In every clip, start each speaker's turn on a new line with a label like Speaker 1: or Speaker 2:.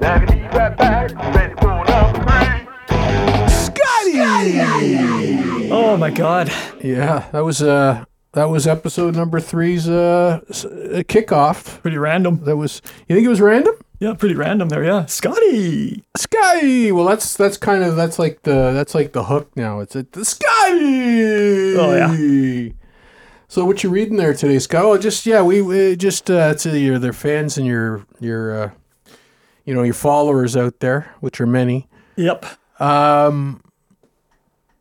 Speaker 1: Now I can be right back, ready to go now.
Speaker 2: Oh my god.
Speaker 3: Yeah, that was uh that was episode number three's uh s- uh, kickoff.
Speaker 2: Pretty random.
Speaker 3: That was you think it was random?
Speaker 2: Yeah, pretty random there, yeah. Scotty!
Speaker 3: Sky. Well, that's that's kind of that's like the that's like the hook now. It's at the sky. Oh
Speaker 2: yeah.
Speaker 3: So what you reading there today, Scott? Oh, just yeah, we, we just uh, to your their fans and your your uh, you know your followers out there, which are many.
Speaker 2: Yep.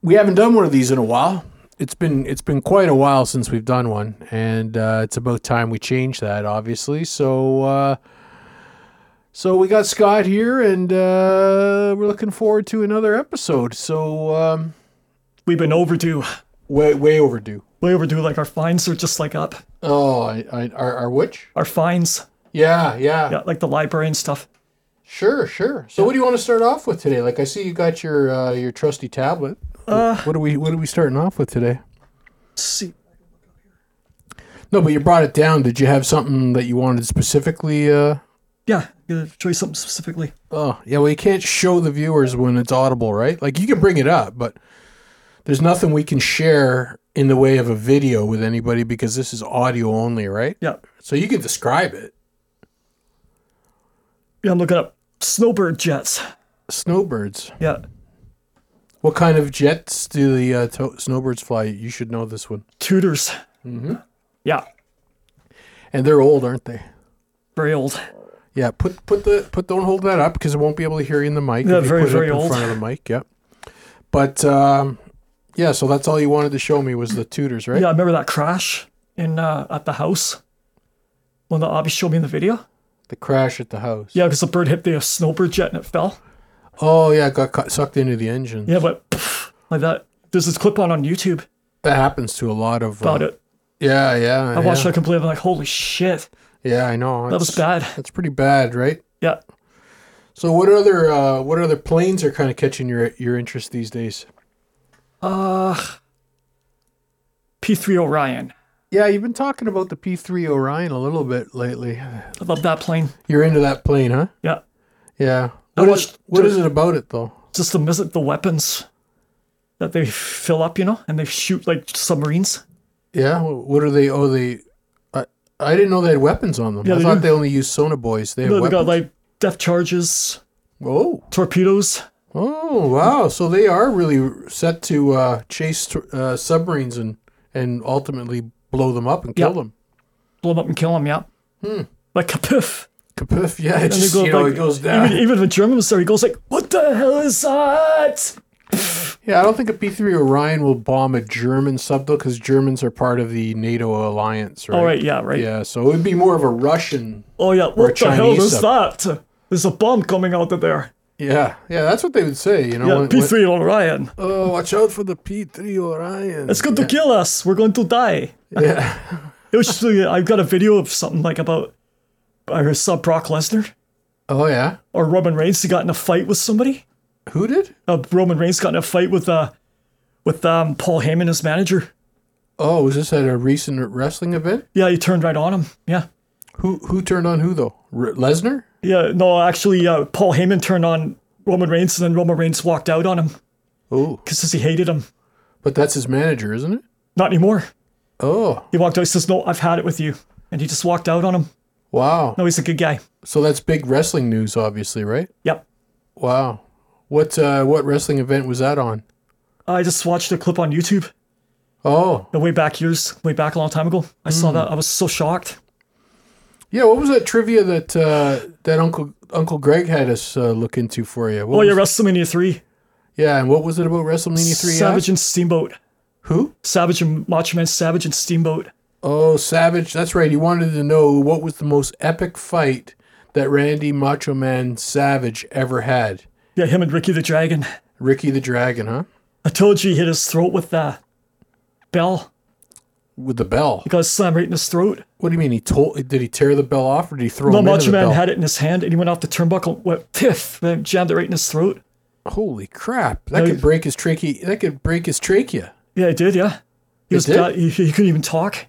Speaker 3: we haven't done one of these in a while. It's been it's been quite a while since we've done one, and uh, it's about time we change that, obviously. So, uh, so we got Scott here, and uh, we're looking forward to another episode. So, um,
Speaker 2: We've been overdue.
Speaker 3: way way overdue.
Speaker 2: Way overdue, like our fines are just like up.
Speaker 3: Oh, I, I our, our which?
Speaker 2: Our fines.
Speaker 3: Yeah, yeah,
Speaker 2: Yeah, like the library and stuff.
Speaker 3: Sure, sure. So, what do you want to start off with today? Like, I see you got your uh, your trusty tablet. what are we What are we starting off with today?
Speaker 2: Let's see.
Speaker 3: No, but you brought it down. Did you have something that you wanted specifically? Uh,
Speaker 2: Yeah, gonna show you something specifically.
Speaker 3: Oh, yeah, well, you can't show the viewers when it's audible, right? Like, you can bring it up, but there's nothing we can share in the way of a video with anybody because this is audio only, right?
Speaker 2: Yeah.
Speaker 3: So you can describe it.
Speaker 2: Yeah, I'm looking up snowbird jets.
Speaker 3: Snowbirds.
Speaker 2: Yeah.
Speaker 3: What kind of jets do the uh, to- snowbirds fly? You should know this one.
Speaker 2: Tutors. Mm-hmm. Yeah.
Speaker 3: And they're old, aren't they?
Speaker 2: Very old.
Speaker 3: Yeah, put put the put don't hold that up because it won't be able to hear you in the mic.
Speaker 2: Yeah,
Speaker 3: if you
Speaker 2: very,
Speaker 3: put it up
Speaker 2: very
Speaker 3: in
Speaker 2: old.
Speaker 3: front of the mic. Yep. But um, yeah, so that's all you wanted to show me was the tutors, right?
Speaker 2: Yeah, I remember that crash in uh, at the house. One that Abby showed me in the video.
Speaker 3: The crash at the house.
Speaker 2: Yeah, because the bird hit the snowbird jet and it fell.
Speaker 3: Oh yeah, it got cut, sucked into the engine.
Speaker 2: Yeah, but pff, like that. There's this clip on on YouTube
Speaker 3: That happens to a lot of.
Speaker 2: about
Speaker 3: uh,
Speaker 2: it.
Speaker 3: Yeah, yeah.
Speaker 2: I
Speaker 3: yeah.
Speaker 2: watched that complete. I'm like, holy shit,
Speaker 3: Yeah, I know.
Speaker 2: that was bad.
Speaker 3: That's pretty bad, right?
Speaker 2: Yeah,
Speaker 3: So, what other uh, what other planes are kind of catching your your interest these days?
Speaker 2: P3 Orion.
Speaker 3: Yeah, you've been talking about the P three Orion a little bit lately.
Speaker 2: I love that plane.
Speaker 3: You're into that plane, huh?
Speaker 2: Yeah,
Speaker 3: Yeah.
Speaker 2: I
Speaker 3: What is
Speaker 2: watched-
Speaker 3: what is it about it though?
Speaker 2: just the mis- the weapons that they fill up, you know, and they shoot like submarines.
Speaker 3: Yeah. wh- What are they? Oh, they. I I didn't know they had weapons on them.
Speaker 2: Yeah,
Speaker 3: I
Speaker 2: they
Speaker 3: thought
Speaker 2: do.
Speaker 3: they only used sonoboys. They have
Speaker 2: They
Speaker 3: weapons.
Speaker 2: got like depth charges,
Speaker 3: oh.
Speaker 2: torpedoes.
Speaker 3: Oh wow! So they are really set to uh, chase tr- uh, submarines and and ultimately blow them up and kill
Speaker 2: Yeah.
Speaker 3: them.
Speaker 2: blow them up and kill them. Yeah. Like kapoof.
Speaker 3: Kapoof! Yeah, it
Speaker 2: And they
Speaker 3: just
Speaker 2: go,
Speaker 3: you know
Speaker 2: like-
Speaker 3: Hmm. it goes down.
Speaker 2: Even, even if a German was there, he goes like, "What the hell is that?"
Speaker 3: yeah, I don't think a P three Orion will bomb a German sub though, because Germans are part of the NATO alliance, right?
Speaker 2: All right. Yeah. Right.
Speaker 3: Yeah, so it would be more of a Russian.
Speaker 2: Oh yeah. What the hell
Speaker 3: Chinese uh,
Speaker 2: is that? There's a bomb coming out of there.
Speaker 3: Yeah, yeah, that's what they would say. You know,
Speaker 2: Yeah.
Speaker 3: when-
Speaker 2: P
Speaker 3: when-
Speaker 2: three Orion.
Speaker 3: oh, watch out for the P three Orion.
Speaker 2: It's going to kill us. We're going to die.
Speaker 3: Yeah,
Speaker 2: It was just, like, I've got a video of something like about I saw Brock Lesnar
Speaker 3: oh yeah,
Speaker 2: or Roman Reigns. He got in a fight with somebody.
Speaker 3: who did?
Speaker 2: Uh, Roman Reigns got in a fight with uh with um Paul Heyman, his manager.
Speaker 3: Oh, was this at a recent wrestling event?
Speaker 2: Yeah, he turned right on him. Yeah.
Speaker 3: Who who turned on who though? R- Lesnar?
Speaker 2: Yeah, no, actually, uh, Paul Heyman turned on Roman Reigns, and then Roman Reigns walked out on him
Speaker 3: Oh,
Speaker 2: because he hated him.
Speaker 3: but that's his manager, isn't it?
Speaker 2: Not anymore.
Speaker 3: Oh,
Speaker 2: He walked out. He says, "No, I've had it with you," and he just walked out on him.
Speaker 3: wow.
Speaker 2: No, he's a good guy.
Speaker 3: So that's big wrestling news, obviously, right?
Speaker 2: Yep.
Speaker 3: Wow. What uh, what wrestling event was that on?
Speaker 2: I just watched a clip on YouTube
Speaker 3: Oh,
Speaker 2: the way back years, way back a long time ago. I
Speaker 3: Hmm.
Speaker 2: saw that. I was so shocked.
Speaker 3: yeah. What was that trivia that uh, that Uncle Uncle Greg had us uh, look into for you? What
Speaker 2: Oh
Speaker 3: was,
Speaker 2: yeah, WrestleMania three,
Speaker 3: yeah. And what was it about WrestleMania three?
Speaker 2: Savage and Steamboat,
Speaker 3: Who?
Speaker 2: Savage and Macho Man, Savage and Steamboat.
Speaker 3: Oh, Savage. That's right. He wanted to know what was the most epic fight that Randy Macho Man Savage ever had.
Speaker 2: Yeah, him and Ricky the Dragon.
Speaker 3: Ricky the Dragon, huh?
Speaker 2: I told you he hit his throat with the bell.
Speaker 3: With the bell.
Speaker 2: He got slammed right in his throat.
Speaker 3: What do you mean? He told? Did he tear the bell off, or did he throw
Speaker 2: No,
Speaker 3: him into
Speaker 2: Macho
Speaker 3: Oh, the
Speaker 2: Man
Speaker 3: bell?
Speaker 2: had it in his hand and he went off the turnbuckle, went piff, and jammed it right in his throat.
Speaker 3: Holy crap! That
Speaker 2: No,
Speaker 3: could
Speaker 2: he-
Speaker 3: break his trachea. That could break his trachea.
Speaker 2: Yeah, he did, yeah. He was
Speaker 3: did?
Speaker 2: bad- He, he couldn't even talk.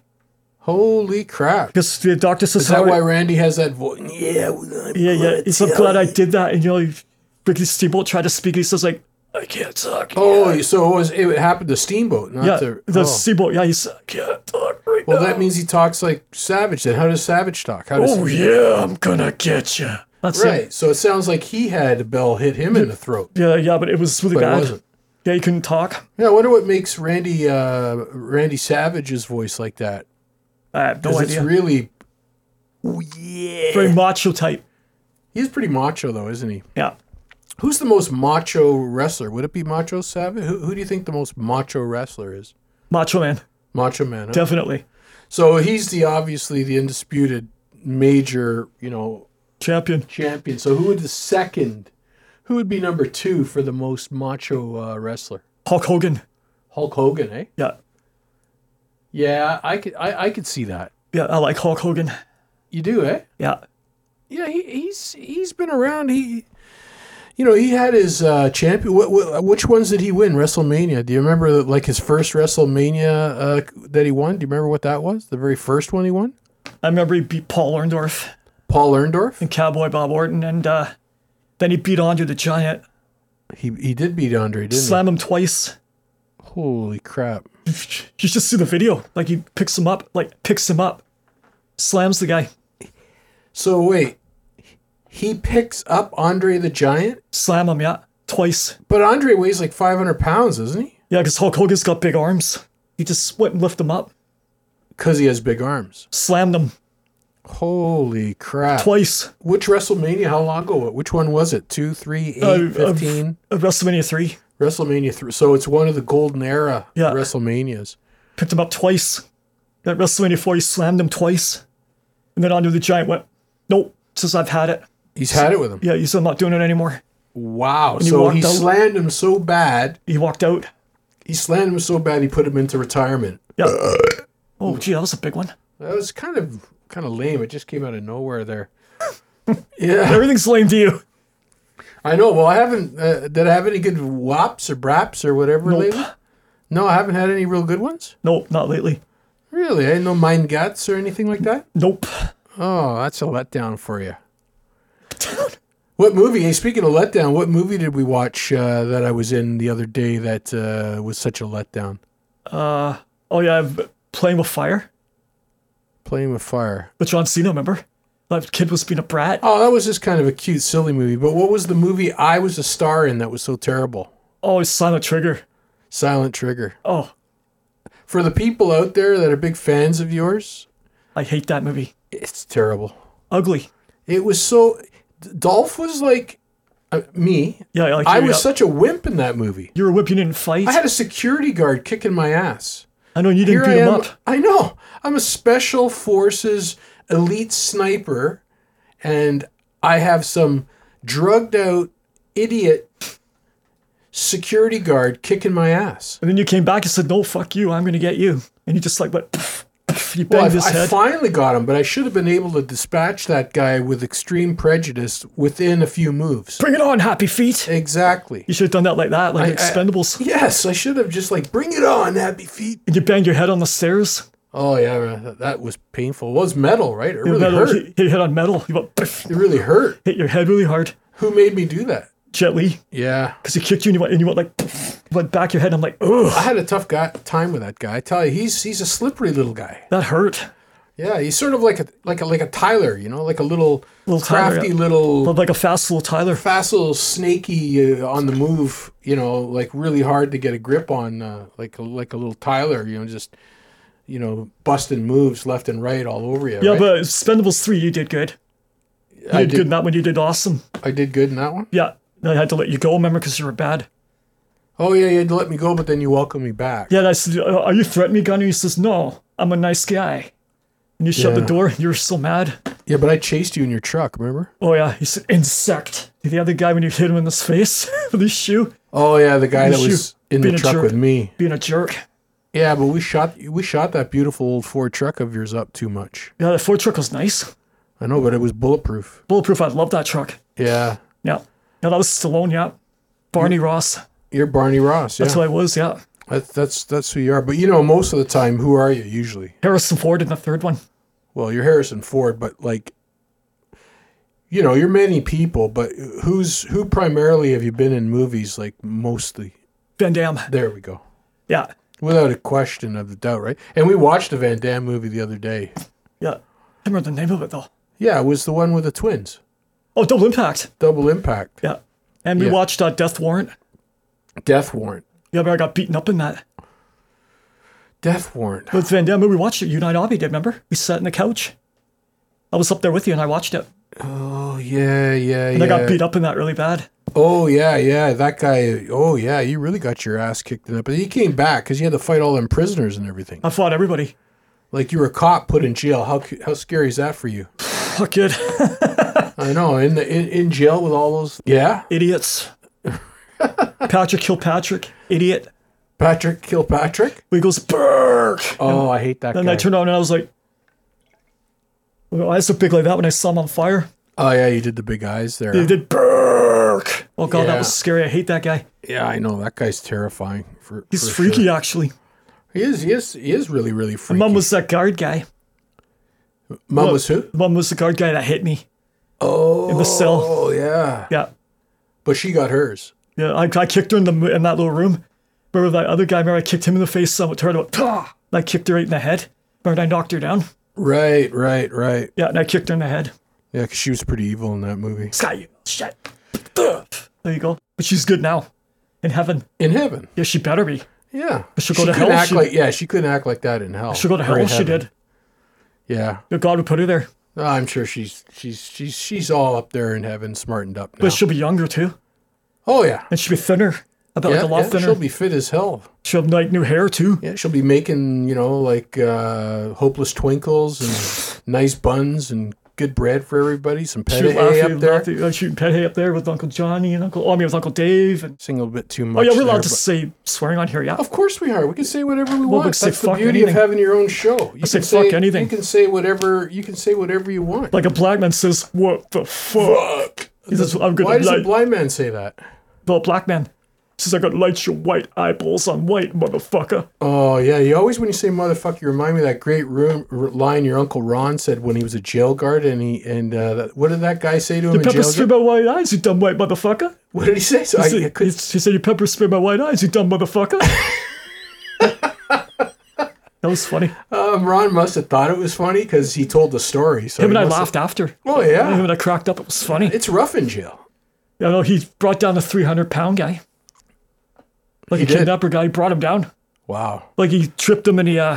Speaker 3: Holy crap!
Speaker 2: Because the doctor says,
Speaker 3: Is that
Speaker 2: how-
Speaker 3: why Randy has that voice? Yeah, we're gonna
Speaker 2: Yeah, yeah. He's, I'm glad I did that. And you know, like, because Steamboat tried to speak, he says like, I can't talk.
Speaker 3: Oh, so it, was, it happened to Steamboat, not
Speaker 2: yeah,
Speaker 3: to.
Speaker 2: the
Speaker 3: oh.
Speaker 2: Steamboat. Yeah, he's I can't talk right
Speaker 3: well,
Speaker 2: now.
Speaker 3: that means he talks like Savage. Then how does Savage talk? How does
Speaker 2: oh yeah, I'm gonna get you. That's
Speaker 3: right?
Speaker 2: it.
Speaker 3: So it sounds like he had Bell hit him in the throat.
Speaker 2: Yeah, yeah, but it was really
Speaker 3: But it
Speaker 2: bad.
Speaker 3: wasn't.
Speaker 2: Yeah, he couldn't talk.
Speaker 3: Yeah, I wonder what makes Randy uh, Randy Savage's voice like that.
Speaker 2: I have no
Speaker 3: 'Cause it's
Speaker 2: idea.
Speaker 3: really
Speaker 2: Very macho type.
Speaker 3: he's pretty macho though, isn't he?
Speaker 2: Yeah.
Speaker 3: Who's the most macho wrestler? Would it be Macho Savage? Who, who do you think the most macho wrestler is?
Speaker 2: Macho man.
Speaker 3: Macho Man. huh?
Speaker 2: Definitely.
Speaker 3: so he's the obviously the undisputed major, you know,
Speaker 2: Champion.
Speaker 3: champion. So who would the second? Who would be number two for the most macho uh, wrestler?
Speaker 2: Hulk Hogan.
Speaker 3: Hulk Hogan, eh?
Speaker 2: Yeah.
Speaker 3: Yeah, I could I, I could see that.
Speaker 2: Yeah, I like Hulk Hogan.
Speaker 3: You do, eh?
Speaker 2: Yeah.
Speaker 3: Yeah, he, he's he's been around. He, you know, he had his uh, champion. Wh- wh- which ones did he win? WrestleMania. Do you remember like his first WrestleMania uh, that he won? Do you remember what that was? The very first one he won.
Speaker 2: I remember he beat Paul Orndorff
Speaker 3: Paul Erndorf.
Speaker 2: and Cowboy Bob Orton, and uh, then he beat Andre the Giant,
Speaker 3: He he did beat Andre, didn't
Speaker 2: slam him twice.
Speaker 3: he? Holy crap!
Speaker 2: You just see the video. Like he picks him up, like picks him up, slams the guy,
Speaker 3: So wait, he picks up Andre the Giant,
Speaker 2: slam him, yeah, twice.
Speaker 3: but Andre weighs like five hundred pounds, isn't he?
Speaker 2: Yeah, because Hulk Hogan's got big arms. He just went and lifted him up,
Speaker 3: Because he has big arms.
Speaker 2: slammed him
Speaker 3: Holy crap!
Speaker 2: twice.
Speaker 3: Which WrestleMania? How long ago? Which one was it? Two, three, eight,
Speaker 2: Uh, uh,
Speaker 3: fifteen.
Speaker 2: At WrestleMania three,
Speaker 3: WrestleMania three. So it's one of the golden era
Speaker 2: Yeah.
Speaker 3: WrestleManias.
Speaker 2: picked him up twice. At WrestleMania four, he slammed him twice, and then Andre the Giant went, "Nope," says I've had it.
Speaker 3: He's had it with him.
Speaker 2: Yeah, he said I'm not doing it anymore.
Speaker 3: Wow.
Speaker 2: he
Speaker 3: so
Speaker 2: walked
Speaker 3: he
Speaker 2: out.
Speaker 3: slammed him so bad.
Speaker 2: He walked out.
Speaker 3: He slammed him so bad he put him into retirement.
Speaker 2: Yeah. Oh, gee, that was a big one.
Speaker 3: That was kind of kind of lame. It just came out of nowhere there. yeah,
Speaker 2: Everything's lame to you.
Speaker 3: I know. Well, I haven't. Uh, did I have any good whops or braps or whatever
Speaker 2: Nope.
Speaker 3: lately? No, I haven't had any real good ones.
Speaker 2: Nope, not lately.
Speaker 3: Really, I no mind guts or anything like that.
Speaker 2: Nope.
Speaker 3: Oh, that's a letdown for you. What movie? Hey, speaking of letdown, what movie did we watch uh, that I was in the other day that uh, was such a letdown?
Speaker 2: Oh yeah, I'm playing with fire.
Speaker 3: Playing with Fire.
Speaker 2: The John Cena, remember? That kid was being a brat.
Speaker 3: Oh, that was just kind of a cute, silly movie. But what was the movie I was a star in that was so terrible?
Speaker 2: Oh, it's Silent Trigger.
Speaker 3: Silent Trigger.
Speaker 2: Oh,
Speaker 3: For the people out there that are big fans of yours,
Speaker 2: I hate that movie.
Speaker 3: it's terrible.
Speaker 2: Ugly.
Speaker 3: It was so. Dolph was like uh, me.
Speaker 2: Yeah, I like
Speaker 3: I
Speaker 2: you,
Speaker 3: was
Speaker 2: yeah.
Speaker 3: such a wimp in that movie.
Speaker 2: You were whipping in fight.
Speaker 3: I had a security guard kicking my ass.
Speaker 2: I know you
Speaker 3: Here
Speaker 2: didn't beat
Speaker 3: I
Speaker 2: him
Speaker 3: am.
Speaker 2: up.
Speaker 3: I know. I'm a special forces elite sniper, and I have some drugged out idiot security guard kicking my ass.
Speaker 2: And then you came back and said, "No, fuck you. I'm gonna get you." And you just like went. Pff, pff, you
Speaker 3: Well, I,
Speaker 2: banged his
Speaker 3: I
Speaker 2: head.
Speaker 3: finally got him, but I should have been able to dispatch that guy with extreme prejudice within a few moves.
Speaker 2: Bring it on, Happy Feet.
Speaker 3: Exactly.
Speaker 2: You should have done that like that, like
Speaker 3: I-
Speaker 2: Expendables.
Speaker 3: Yes, I should have just like bring it on, happy feet.
Speaker 2: and you banged your head on the stairs.
Speaker 3: Oh yeah, man, that- that was painful. It was metal, right? It really
Speaker 2: metal,
Speaker 3: hurt.
Speaker 2: Hit, hit your head on metal. You went, pff,
Speaker 3: It really hurt.
Speaker 2: hit your head really hard.
Speaker 3: Who made me do that?
Speaker 2: Jet Li,
Speaker 3: Yeah.
Speaker 2: because he kicked you and you went, and you went like, pff, went back your head. I'm like, ugh,
Speaker 3: I had a tough guy, time with that guy. I tell you, he's he's a slippery little guy.
Speaker 2: that hurt.
Speaker 3: Yeah, he's sort of like a like a like a Tyler, you know, like a little,
Speaker 2: Little Tyler,
Speaker 3: crafty
Speaker 2: yeah.
Speaker 3: little
Speaker 2: But like a fast little Tyler.
Speaker 3: facile, snaky uh, on the move. You know, like really hard to get a grip on, uh, like a, like a little Tyler. You know, just you know, busting moves left and right all over you.
Speaker 2: Yeah,
Speaker 3: right?
Speaker 2: but Spendables 3, you did good. You
Speaker 3: I
Speaker 2: did,
Speaker 3: did-
Speaker 2: good in that one. You did awesome.
Speaker 3: I did good in that one.
Speaker 2: Yeah. I had to let you go, remember, because you were bad.
Speaker 3: Oh yeah, you had to let me go, but then you welcomed me back.
Speaker 2: Yeah, and I said, "Uh, Are you threatening me, Gunner? He says, No, I'm a nice guy. And you shut the
Speaker 3: Yeah.
Speaker 2: door, and you were so mad.
Speaker 3: yeah, but I chased you in your truck. Remember?
Speaker 2: Oh, yeah. He said, Insect. The other guy, when you hit him in his face with his shoe,
Speaker 3: Oh yeah, the guy that
Speaker 2: You
Speaker 3: was in
Speaker 2: being
Speaker 3: the
Speaker 2: a
Speaker 3: truck
Speaker 2: jerk.
Speaker 3: with me.
Speaker 2: being a jerk.
Speaker 3: Yeah, but we shot we shot that beautiful old Ford truck of yours up too much.
Speaker 2: Yeah, that Ford truck was nice.
Speaker 3: I know, but it was bulletproof.
Speaker 2: Bulletproof, I love that truck.
Speaker 3: Yeah,
Speaker 2: Yeah. Yeah, that was Stallone, yeah. Barney Ross.
Speaker 3: you're Barney Ross. Yeah,
Speaker 2: That's who I was, yeah.
Speaker 3: That, that's that's who you are. But you know, most of the time, who are you usually?
Speaker 2: Harrison Ford in the third one.
Speaker 3: Well, you're Harrison Ford, but like, you know, you're many people. But who's who primarily have you been in movies? Like mostly.
Speaker 2: Van Damme.
Speaker 3: There we go.
Speaker 2: Yeah.
Speaker 3: Without a question of the doubt, right? And we watched a Van Damme movie the other day.
Speaker 2: Yeah. I remember the name of it though.
Speaker 3: Yeah, it was the one with the twins,
Speaker 2: Oh, Double Impact.
Speaker 3: Double Impact,
Speaker 2: Yeah. And we
Speaker 3: Yeah.
Speaker 2: watched uh, Death Warrant.
Speaker 3: Death Warrant,
Speaker 2: Yeah, but I got beaten up in that.
Speaker 3: Death Warrant.
Speaker 2: But Van Damme, we watched it. You and I, Abby did, remember? We sat in the couch. I was up there with you and I watched it.
Speaker 3: Oh yeah, yeah,
Speaker 2: And
Speaker 3: yeah.
Speaker 2: I got beat up in that really bad.
Speaker 3: Oh yeah, yeah. That guy. Oh yeah, you really got your ass kicked in it. But he came back because you had to fight all them prisoners and everything.
Speaker 2: I fought everybody.
Speaker 3: Like you were caught, put in jail. How cu- how scary is that for you?
Speaker 2: Fuck kid.
Speaker 3: I know. In the in, in jail with all those. Yeah,
Speaker 2: Idiots. Patrick Kilpatrick. Idiot.
Speaker 3: Patrick Kilpatrick.
Speaker 2: He goes, Burke.
Speaker 3: Oh, I hate that
Speaker 2: And
Speaker 3: guy.
Speaker 2: I turned around and I was like, my eyes look big like that when I saw him on fire.
Speaker 3: oh yeah, you did the big eyes there.
Speaker 2: They did Burke. Oh god,
Speaker 3: Yeah.
Speaker 2: that was scary. I hate that guy.
Speaker 3: Yeah, I know that guy's terrifying. For
Speaker 2: He's
Speaker 3: for
Speaker 2: freaky
Speaker 3: sure.
Speaker 2: actually.
Speaker 3: He is. He is. He is really really freaky.
Speaker 2: Mum was that guard guy.
Speaker 3: Mum was who?
Speaker 2: Mum was the guard guy that hit me
Speaker 3: Oh,
Speaker 2: in the cell.
Speaker 3: oh yeah.
Speaker 2: Yeah.
Speaker 3: But she got hers.
Speaker 2: Yeah, I, I kicked her in the in that little room. Remember that other guy? Remember I kicked him in the face. Someone turned and went, "Pah!" And I kicked her right in the head. Remember and I knocked her down.
Speaker 3: Right, right, right.
Speaker 2: Yeah, and I kicked her in the head.
Speaker 3: Yeah, 'cause she was pretty evil in that movie.
Speaker 2: Sky, you shit. There you go. But she's good now, in heaven.
Speaker 3: In heaven.
Speaker 2: Yeah, she better be.
Speaker 3: Yeah.
Speaker 2: she'll go to
Speaker 3: couldn't
Speaker 2: hell,
Speaker 3: Act
Speaker 2: she-
Speaker 3: like, yeah, she couldn't act like that in hell.
Speaker 2: She'll go to
Speaker 3: or
Speaker 2: hell.
Speaker 3: in
Speaker 2: She
Speaker 3: heaven.
Speaker 2: did.
Speaker 3: Yeah.
Speaker 2: Yeah, God would put her there.
Speaker 3: No, I'm sure she's she's she's she's all up there in heaven, smartened up now.
Speaker 2: But she'll be younger too,
Speaker 3: oh yeah.
Speaker 2: and she'll be thinner. About
Speaker 3: Yeah,
Speaker 2: like a lot
Speaker 3: yeah,
Speaker 2: thinner.
Speaker 3: she'll be fit as hell.
Speaker 2: she'll have like new hair too.
Speaker 3: Yeah, she'll be making, you know, like uh, hopeless twinkles and nice buns and good bread for everybody, some pet
Speaker 2: Shoot Laffy,
Speaker 3: up there.
Speaker 2: Laffy, uh, shooting pet hay up there with Uncle Johnny and Uncle. Oh, I mean with Uncle Dave. And,
Speaker 3: Sing a bit too
Speaker 2: oh
Speaker 3: much.
Speaker 2: yeah, we're
Speaker 3: there,
Speaker 2: allowed to
Speaker 3: but-
Speaker 2: say swearing on here. Yeah.
Speaker 3: Of course we are. We can say whatever we
Speaker 2: we
Speaker 3: want.
Speaker 2: can say
Speaker 3: That's the
Speaker 2: fuck
Speaker 3: beauty of
Speaker 2: anything.
Speaker 3: having your own show. You can
Speaker 2: say fuck anything.
Speaker 3: You can say whatever you can say whatever you want.
Speaker 2: Like a black man says, "What the fuck?" He says, "I'm
Speaker 3: Why
Speaker 2: gonna
Speaker 3: does a
Speaker 2: light
Speaker 3: blind man say that?
Speaker 2: the black man." He says, "I'm gonna light your white eyeballs on white, motherfucker."
Speaker 3: Oh yeah, you always when you say motherfucker, you remind me of that great room r- line your uncle Ron said when he was a jail guard, and he and uh, that, what did that guy say to him? in
Speaker 2: Pepper
Speaker 3: jail?
Speaker 2: spray my white eyes, you dumb white motherfucker.
Speaker 3: What did he say? So I,
Speaker 2: He
Speaker 3: I
Speaker 2: said,
Speaker 3: couldn't-
Speaker 2: he said, "You pepper spray my white eyes, you dumb motherfucker." that was funny. Him
Speaker 3: um, Ron must have thought it was funny because he told the story. So
Speaker 2: and
Speaker 3: he
Speaker 2: I
Speaker 3: must have-
Speaker 2: laughed after.
Speaker 3: Oh
Speaker 2: Him
Speaker 3: yeah,
Speaker 2: and I cracked up. It was funny.
Speaker 3: it's rough in jail.
Speaker 2: You know, he brought down the 300 pound guy. Like
Speaker 3: He
Speaker 2: a
Speaker 3: did.
Speaker 2: kidnapper guy, he brought him down.
Speaker 3: Wow,
Speaker 2: Like he tripped him and he uh,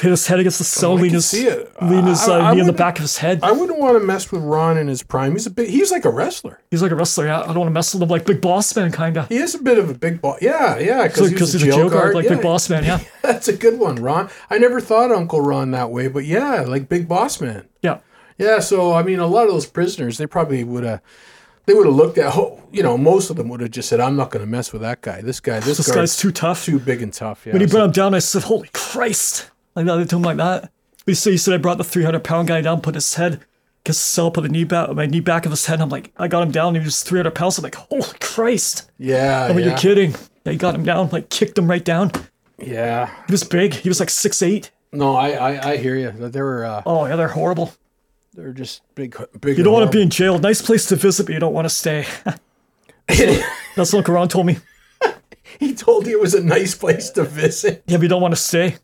Speaker 2: hit his head against the cell,
Speaker 3: Oh, I
Speaker 2: leaned
Speaker 3: can
Speaker 2: his,
Speaker 3: see it.
Speaker 2: leaned his
Speaker 3: I-
Speaker 2: uh,
Speaker 3: I
Speaker 2: knee in the
Speaker 3: wouldn't-
Speaker 2: back of his head.
Speaker 3: I wouldn't want to mess with Ron in his prime. He's a bit. He's like a wrestler.
Speaker 2: He's like a wrestler. Yeah, I don't want to mess with him. Like Big Boss Man, kind of.
Speaker 3: He is a bit of a big boss. Yeah, yeah, because
Speaker 2: Because he's a jail guard, like Big Boss Man. Yeah,
Speaker 3: That's a good one, Ron. I never thought Uncle Ron that way, but yeah, like Big Boss Man.
Speaker 2: yeah.
Speaker 3: Yeah, so I mean, a lot of those prisoners, they probably would have, they would have looked at, ho- you know, most of them would have just said, "I'm not going to mess with that guy. This guy, this,
Speaker 2: This
Speaker 3: guard's
Speaker 2: guy's too tough.
Speaker 3: too big and tough." Yeah,
Speaker 2: when he
Speaker 3: so-
Speaker 2: brought him down, I said, "Holy Christ!" Like that, they told him like that. But he said, "He said I brought the 300 pound guy down, put his head." Because Cell put a knee back, my knee back of his head. I'm like, I got him down. He was 300 pounds. I'm like, holy Christ!
Speaker 3: yeah,
Speaker 2: I mean,
Speaker 3: yeah,
Speaker 2: you're kidding. They got him down, like kicked him right down.
Speaker 3: yeah.
Speaker 2: He was big. He was like six eight.
Speaker 3: No, I, I, I hear you. They were, uh,
Speaker 2: Oh yeah, they're horrible.
Speaker 3: they were just big, big.
Speaker 2: You don't want to be in jail. Nice place to visit, but you don't want to stay. That's what Uncle Ron told me.
Speaker 3: he told you it was a nice place to visit.
Speaker 2: Yeah, but you don't want to stay.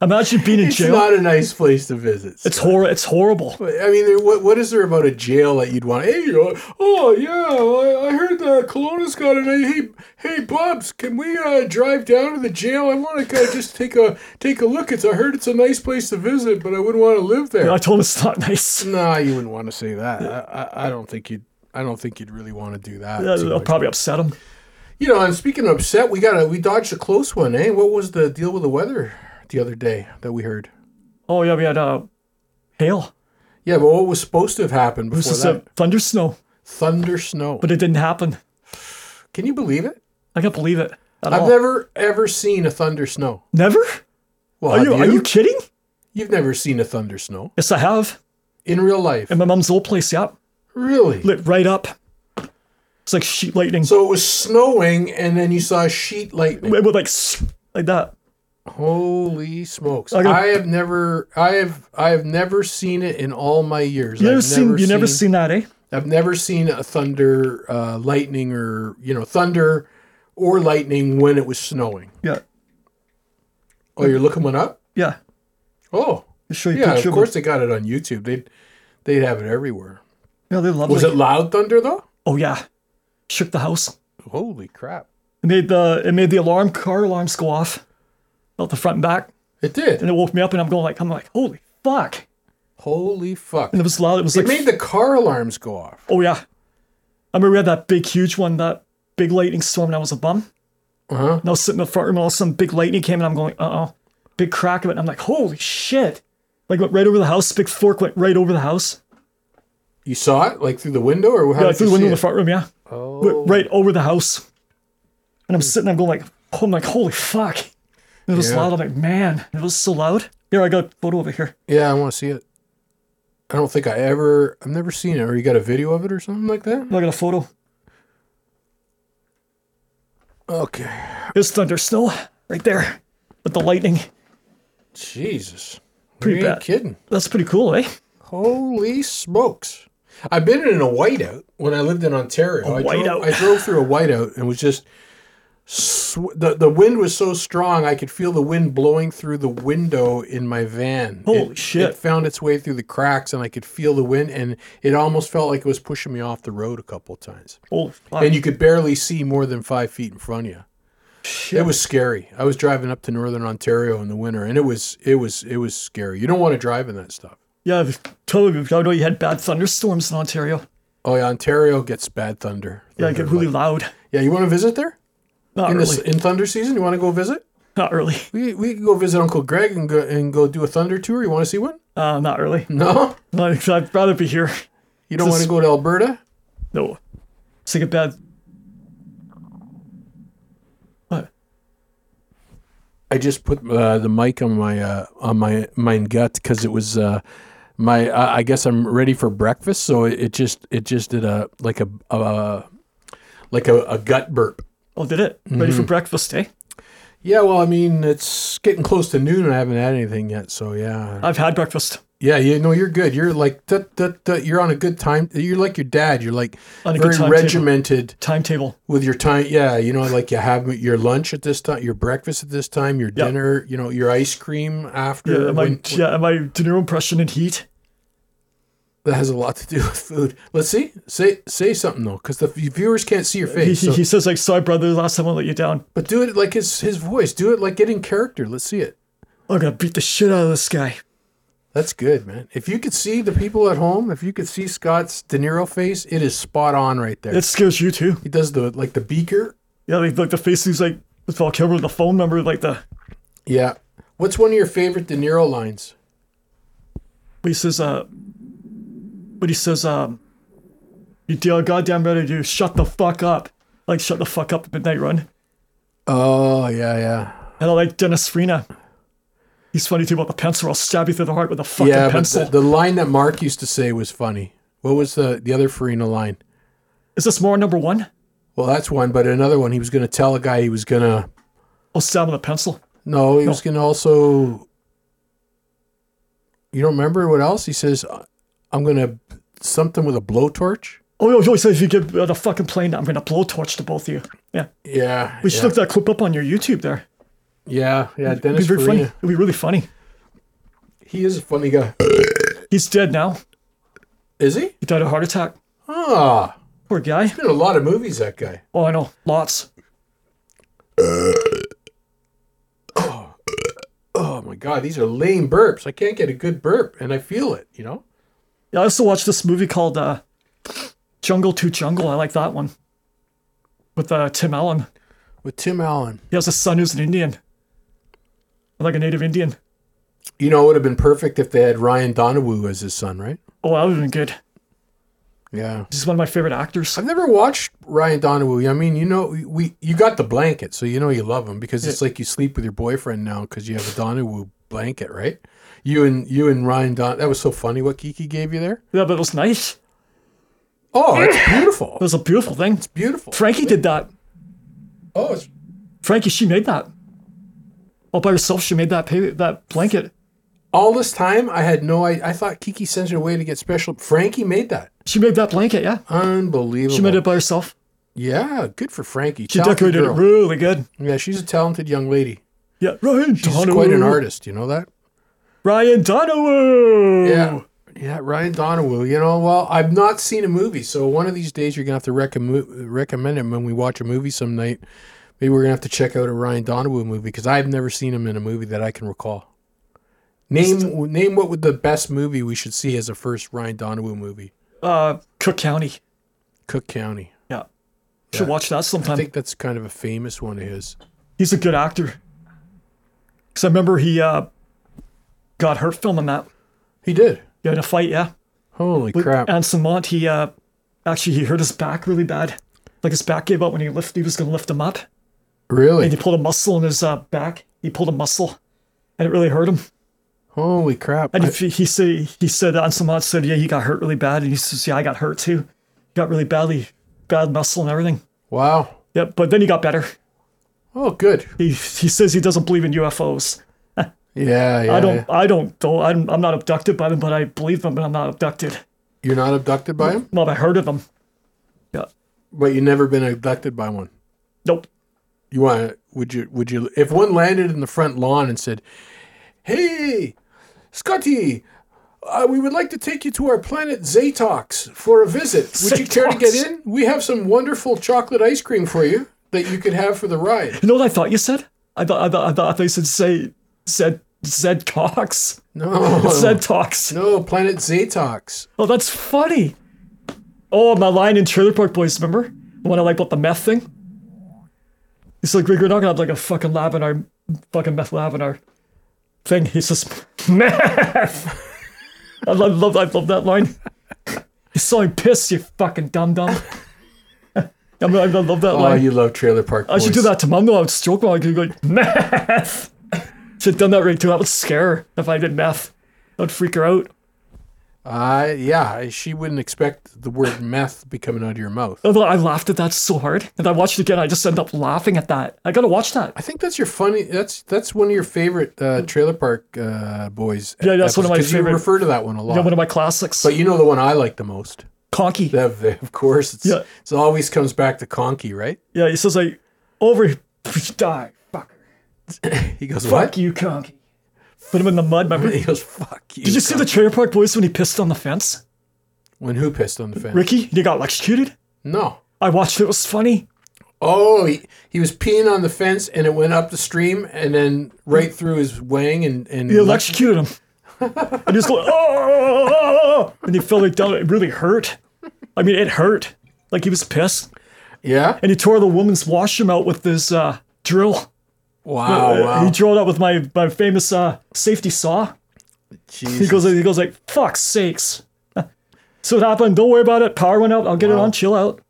Speaker 2: Imagine being in
Speaker 3: It's
Speaker 2: jail.
Speaker 3: not a nice place to visit.
Speaker 2: it's hor- It's horrible.
Speaker 3: I mean, there- what what is there about a jail that you'd want? Hey, uh, oh yeah, I, I heard that Kelowna's got an hey hey Bubs, can we uh, drive down to the jail? I want to uh, just take a take a look. It's I heard it's a nice place to visit, but I wouldn't want to live there.
Speaker 2: I told him it's not nice.
Speaker 3: nah, you wouldn't want to say that. I, I, I don't think you'd. I don't think you'd really want to do that.
Speaker 2: Yeah,
Speaker 3: too
Speaker 2: It'll
Speaker 3: much.
Speaker 2: probably upset him.
Speaker 3: You know, and speaking of upset, we got to we dodged a close one, eh? What was the deal with the weather the other day that we heard?
Speaker 2: Oh yeah, we had uh, hail.
Speaker 3: Yeah, but what was supposed to have happened
Speaker 2: This
Speaker 3: before
Speaker 2: is a
Speaker 3: that?
Speaker 2: thunder snow,
Speaker 3: Thunder snow.
Speaker 2: but it didn't happen.
Speaker 3: Can you believe it?
Speaker 2: I can't believe it at
Speaker 3: I've
Speaker 2: all.
Speaker 3: never ever seen a thunder snow.
Speaker 2: Never?
Speaker 3: Well,
Speaker 2: Are
Speaker 3: have
Speaker 2: you, Are you kidding?
Speaker 3: You've never seen a thunder snow
Speaker 2: Yes, I have.
Speaker 3: in real life,
Speaker 2: In my mom's old place. Yeah,
Speaker 3: really?
Speaker 2: lit right up. It's like sheet lightning.
Speaker 3: So it was snowing, and then you saw sheet lightning.
Speaker 2: it would like s- like that.
Speaker 3: Holy smokes!
Speaker 2: I got-
Speaker 3: I have never, I have, I have never seen it in all my years.
Speaker 2: You never
Speaker 3: I've
Speaker 2: seen you never seen that, eh?
Speaker 3: I've never seen a thunder, uh, lightning, or you know, thunder or lightning when it was snowing.
Speaker 2: Yeah,
Speaker 3: Oh, you're looking one up?
Speaker 2: yeah.
Speaker 3: Oh,
Speaker 2: I'll show you a
Speaker 3: yeah. Of
Speaker 2: picture
Speaker 3: course, they got it on YouTube. They, would they'd have it everywhere.
Speaker 2: It. Yeah, they love
Speaker 3: Was
Speaker 2: like,
Speaker 3: it loud thunder though?
Speaker 2: Oh yeah, shook the house.
Speaker 3: Holy crap!
Speaker 2: It made the it made the alarm car alarms go off, out the front and back,
Speaker 3: It did.
Speaker 2: and it woke me up. And I'm going like I'm like holy fuck.
Speaker 3: Holy fuck!
Speaker 2: And it was loud. It was
Speaker 3: It
Speaker 2: like
Speaker 3: made the car alarms go off.
Speaker 2: oh yeah. I remember we had that big huge one, that big lightning storm, and I was a bum.
Speaker 3: Uh huh.
Speaker 2: And I was sitting in the front room, and all of a sudden, big lightning came, and I'm going, uh oh, big crack of it. And I'm like, holy shit! Like went right over the house. Big fork went right over the house.
Speaker 3: You saw it like through the window, or how
Speaker 2: Yeah,
Speaker 3: did
Speaker 2: through
Speaker 3: you
Speaker 2: the window
Speaker 3: see
Speaker 2: in the
Speaker 3: it?
Speaker 2: front room. Yeah.
Speaker 3: Oh, Hmm.
Speaker 2: went right over the house. And I'm sitting there going like, oh, I'm like, holy fuck. It was
Speaker 3: Yeah.
Speaker 2: loud. I'm like, man, it was so loud. Here, I got a photo over here.
Speaker 3: yeah, I want to see it. I don't think I ever. I've never seen it. Or you got a video of it or something like that?
Speaker 2: I got a photo.
Speaker 3: Okay.
Speaker 2: It's thunder snow right there with the lightning.
Speaker 3: Jesus.
Speaker 2: Pretty
Speaker 3: you ain't
Speaker 2: bad.
Speaker 3: kidding.
Speaker 2: That's pretty cool, eh?
Speaker 3: Holy smokes! I've been in a whiteout when I lived in Ontario. I
Speaker 2: whiteout.
Speaker 3: Drove, I drove through a whiteout and was just sw- the the wind was so strong I could feel the wind blowing through the window in my van.
Speaker 2: Holy
Speaker 3: It-
Speaker 2: shit.
Speaker 3: It found its way through the cracks and I could feel the wind and it almost felt like it was pushing me off the road a couple of times.
Speaker 2: Holy fuck.
Speaker 3: And you could barely see more than five feet in front of you. It was scary. I was driving up to northern Ontario in the winter, and it was it was it was scary. You don't want to drive in that stuff.
Speaker 2: yeah, totally. I know you had bad thunderstorms in Ontario.
Speaker 3: Oh yeah, Ontario gets bad thunder.
Speaker 2: Yeah, it get really loud.
Speaker 3: Yeah, you want to visit there
Speaker 2: Not
Speaker 3: in,
Speaker 2: really.
Speaker 3: this, in thunder season? You want to go visit?
Speaker 2: Not really.
Speaker 3: We we could go visit Uncle Greg and go and go do a thunder tour. You want to see one?
Speaker 2: Uh, not really.
Speaker 3: No,
Speaker 2: Like, I'd rather be here.
Speaker 3: you don't want
Speaker 2: Just-
Speaker 3: to go to Alberta.
Speaker 2: No. It's like a bad. What?
Speaker 3: I just put uh, the mic on my uh, on my mine gut because it was uh, my. I I guess I'm ready for breakfast, so it, it just it just did a like a, a like a, a gut burp.
Speaker 2: Oh, did it? Ready
Speaker 3: Mm-hmm.
Speaker 2: for breakfast, eh?
Speaker 3: Yeah, well, I mean, it's getting close to noon, and I haven't had anything yet. So yeah,
Speaker 2: I've had breakfast.
Speaker 3: Yeah, you know you're good. You're like duh, duh, duh, you're on a good time. You're like your dad. You're like
Speaker 2: On a good
Speaker 3: very
Speaker 2: timetable.
Speaker 3: regimented
Speaker 2: Timetable.
Speaker 3: with your time. Yeah, you know, like you have your lunch at this time, your breakfast at this time, your
Speaker 2: Yeah.
Speaker 3: dinner. You know, your ice cream after.
Speaker 2: Yeah, my
Speaker 3: when-
Speaker 2: yeah, my De Niro impression in Heat.
Speaker 3: that has a lot to do with food. Let's see. Say say something though, because the viewers can't see your
Speaker 2: He,
Speaker 3: face.
Speaker 2: he,
Speaker 3: so-
Speaker 2: he says like, "Sorry, brother, last time I let you down.
Speaker 3: but do it like his his voice. Do it like get in character. Let's see it.
Speaker 2: I'm gonna beat the shit out of this guy."
Speaker 3: That's good, man. If you could see the people at home, if you could see Scott's De Niro face, it is spot on right there.
Speaker 2: It scares you too.
Speaker 3: he does the like the beaker.
Speaker 2: Yeah, like, like the face who's like with Val Kilmer, the phone number, like the
Speaker 3: Yeah. What's one of your favorite De Niro lines?
Speaker 2: but he says, uh, but he says, um, you deal goddamn ready to shut the fuck up, like shut the fuck up, Midnight Run.
Speaker 3: Oh yeah, yeah,
Speaker 2: And I like Dennis Farina. He's funny too about the pencil. I'll stab you through the heart with a fucking
Speaker 3: yeah. But
Speaker 2: pencil.
Speaker 3: the, the line that Mark used to say was funny. What was the the other Farina line?
Speaker 2: Is this more number one?
Speaker 3: Well, that's one, but another one he was going to tell a guy he was going to.
Speaker 2: I'll stab him with a pencil.
Speaker 3: No, he was going to also. You don't remember what else he says? "Uh, I'm going to something with a blowtorch.
Speaker 2: Oh, yo, yo, he says if you get on a fucking plane, I'm gonna blowtorch to both of you. Yeah,
Speaker 3: Yeah,
Speaker 2: we should
Speaker 3: yeah,
Speaker 2: look that clip up on your YouTube. There,
Speaker 3: yeah, yeah.
Speaker 2: it'd
Speaker 3: Dennis
Speaker 2: be very funny.
Speaker 3: Farina.
Speaker 2: It'd be really funny.
Speaker 3: He is a funny guy.
Speaker 2: He's dead now.
Speaker 3: Is he?
Speaker 2: He died of a heart attack.
Speaker 3: Ah,
Speaker 2: Poor guy.
Speaker 3: been in a lot of movies. That guy.
Speaker 2: Oh, I know, lots.
Speaker 3: Oh my god, these are lame burps. I can't get a good burp, and I feel it. You know.
Speaker 2: Yeah, I also watched this movie called uh, Jungle to Jungle. I like that one with uh, Tim Allen.
Speaker 3: with Tim Allen.
Speaker 2: He has a son who's an Indian, like a native Indian.
Speaker 3: You know, it would have been perfect if they had Ryan Donoghue as his son, right?
Speaker 2: Oh, that would have been good.
Speaker 3: Yeah.
Speaker 2: He's one of my favorite actors.
Speaker 3: I've never watched Ryan Donoghue. I mean, you know, we you got the blanket, so you know you love him because it's like you sleep with your boyfriend now because you have a Donoghue blanket, right? You and you and Ryan Don. That was so funny what Kiki gave you there.
Speaker 2: Yeah, but it was nice.
Speaker 3: Oh, it's beautiful.
Speaker 2: It was a beautiful thing.
Speaker 3: beautiful.
Speaker 2: Frankie did that.
Speaker 3: Oh, it's
Speaker 2: Frankie, she made that. All by herself, she made that pa- that blanket.
Speaker 3: all this time I had no. I, I thought Kiki sent it away to get special. Frankie made that.
Speaker 2: She made that blanket, yeah.
Speaker 3: Unbelievable.
Speaker 2: She made it by herself.
Speaker 3: Yeah, good for Frankie.
Speaker 2: She
Speaker 3: Talented
Speaker 2: decorated
Speaker 3: girl.
Speaker 2: it really good.
Speaker 3: Yeah, she's a talented young lady.
Speaker 2: Yeah, Ryan
Speaker 3: She's
Speaker 2: Donohue.
Speaker 3: quite an artist. You know that?
Speaker 2: Ryan Donohue.
Speaker 3: Yeah. Yeah, Ryan Donoghue. You know, well, I've not seen a movie, so one of these days you're gonna have to recommend recommend him when we watch a movie some night. Maybe we're gonna have to check out a Ryan Donoghue movie because I've never seen him in a movie that I can recall. Name name what would the best movie we should see as a first Ryan Donoghue movie?
Speaker 2: Uh, Cook County.
Speaker 3: Cook County.
Speaker 2: Yeah. Should watch that
Speaker 3: I
Speaker 2: sometime.
Speaker 3: think that's kind of a famous one of his.
Speaker 2: He's a good actor. Because I remember he uh, got hurt filming that.
Speaker 3: He did.
Speaker 2: Yeah, in a fight, yeah.
Speaker 3: Holy crap!
Speaker 2: Anson Mont, he uh, actually he hurt his back really bad. Like his back gave out when he lift. He was gonna lift him up, and
Speaker 3: Really?
Speaker 2: he pulled a muscle in his uh, back. He pulled a muscle, and it really hurt him.
Speaker 3: Holy crap!
Speaker 2: And
Speaker 3: I-
Speaker 2: if he, he said he said Anson Mont said yeah he got hurt really bad, and he says yeah I got hurt too, got really badly bad muscle and everything.
Speaker 3: wow.
Speaker 2: Yeah, but then he got better.
Speaker 3: Oh, good.
Speaker 2: He he says he doesn't believe in UFOs.
Speaker 3: Yeah, yeah.
Speaker 2: I don't
Speaker 3: yeah.
Speaker 2: I don't though I'm I'm not abducted by them, but I believe them, but I'm not abducted.
Speaker 3: You're not abducted by him,
Speaker 2: Well, I heard of them. Yeah.
Speaker 3: but you've never been abducted by one.
Speaker 2: Nope.
Speaker 3: You want? to Would you? Would you? If one landed in the front lawn and said, "Hey, Scotty, uh, we would like to take you to our planet Zatox for a visit. Would you care to get
Speaker 2: Zatox.
Speaker 3: in? We have some wonderful chocolate ice cream for you that you could have for the ride."
Speaker 2: You know what I thought you said? I thought I thought I thought they said say said Zed Cox.
Speaker 3: No,
Speaker 2: Zed Talks.
Speaker 3: no, planet Zatox.
Speaker 2: Oh, that's funny. Oh, my line in Trailer Park Boys, remember? The one I like about the meth thing? He's like, Greg, we're not gonna have like a fucking lab in our fucking meth lab in our thing. He's just meth. I love, love I love that line. He's selling piss, you fucking dumb dumb. I, mean, I love that
Speaker 3: Oh,
Speaker 2: line.
Speaker 3: you love Trailer Park.
Speaker 2: I should do that to mom though. I would stroke while I could go like, meth. should have done that right too. That would scare her if I did meth. That would freak her out.
Speaker 3: Uh, yeah, she wouldn't expect the word meth to be coming out of your mouth.
Speaker 2: Although I laughed at that so hard, and I watched it again. I just ended up laughing at that. I gotta watch that.
Speaker 3: I think that's your funny. That's that's one of your favorite uh, Trailer Park uh, Boys.
Speaker 2: Yeah, that's one of my
Speaker 3: episodes, 'cause
Speaker 2: favorite-
Speaker 3: You refer to that one a lot,
Speaker 2: Yeah, one of my classics.
Speaker 3: but you know the one I like the most.
Speaker 2: Conky.
Speaker 3: That, that- of course, it's,
Speaker 2: Yeah.
Speaker 3: it's always comes back to Conky, right?
Speaker 2: Yeah, he says like, over here, die. Fuck,
Speaker 3: He goes,
Speaker 2: fuck
Speaker 3: "What?"
Speaker 2: you, Conky. Put him in the mud. Remember?
Speaker 3: He goes, "Fuck you."
Speaker 2: Did you see the Trailer Park Boys when he pissed on the fence?
Speaker 3: when who pissed on the fence?
Speaker 2: Ricky, he got electrocuted.
Speaker 3: No.
Speaker 2: I watched it. It was funny.
Speaker 3: Oh, he, he was peeing on the fence, and it went up the stream, and then right through his wang, and and
Speaker 2: He electrocuted him. and he was going, oh, and he fell like down. It really hurt. I mean, it hurt. Like he was pissed.
Speaker 3: yeah.
Speaker 2: And he tore the woman's washroom out with his uh, drill.
Speaker 3: Wow,
Speaker 2: Uh,
Speaker 3: Oh, wow.
Speaker 2: He drilled out with my, my famous uh, safety saw. He
Speaker 3: Jesus.
Speaker 2: goes, he goes like, fuck sakes. So it happened. Don't worry about it. Power went out. I'll get it on. Chill out.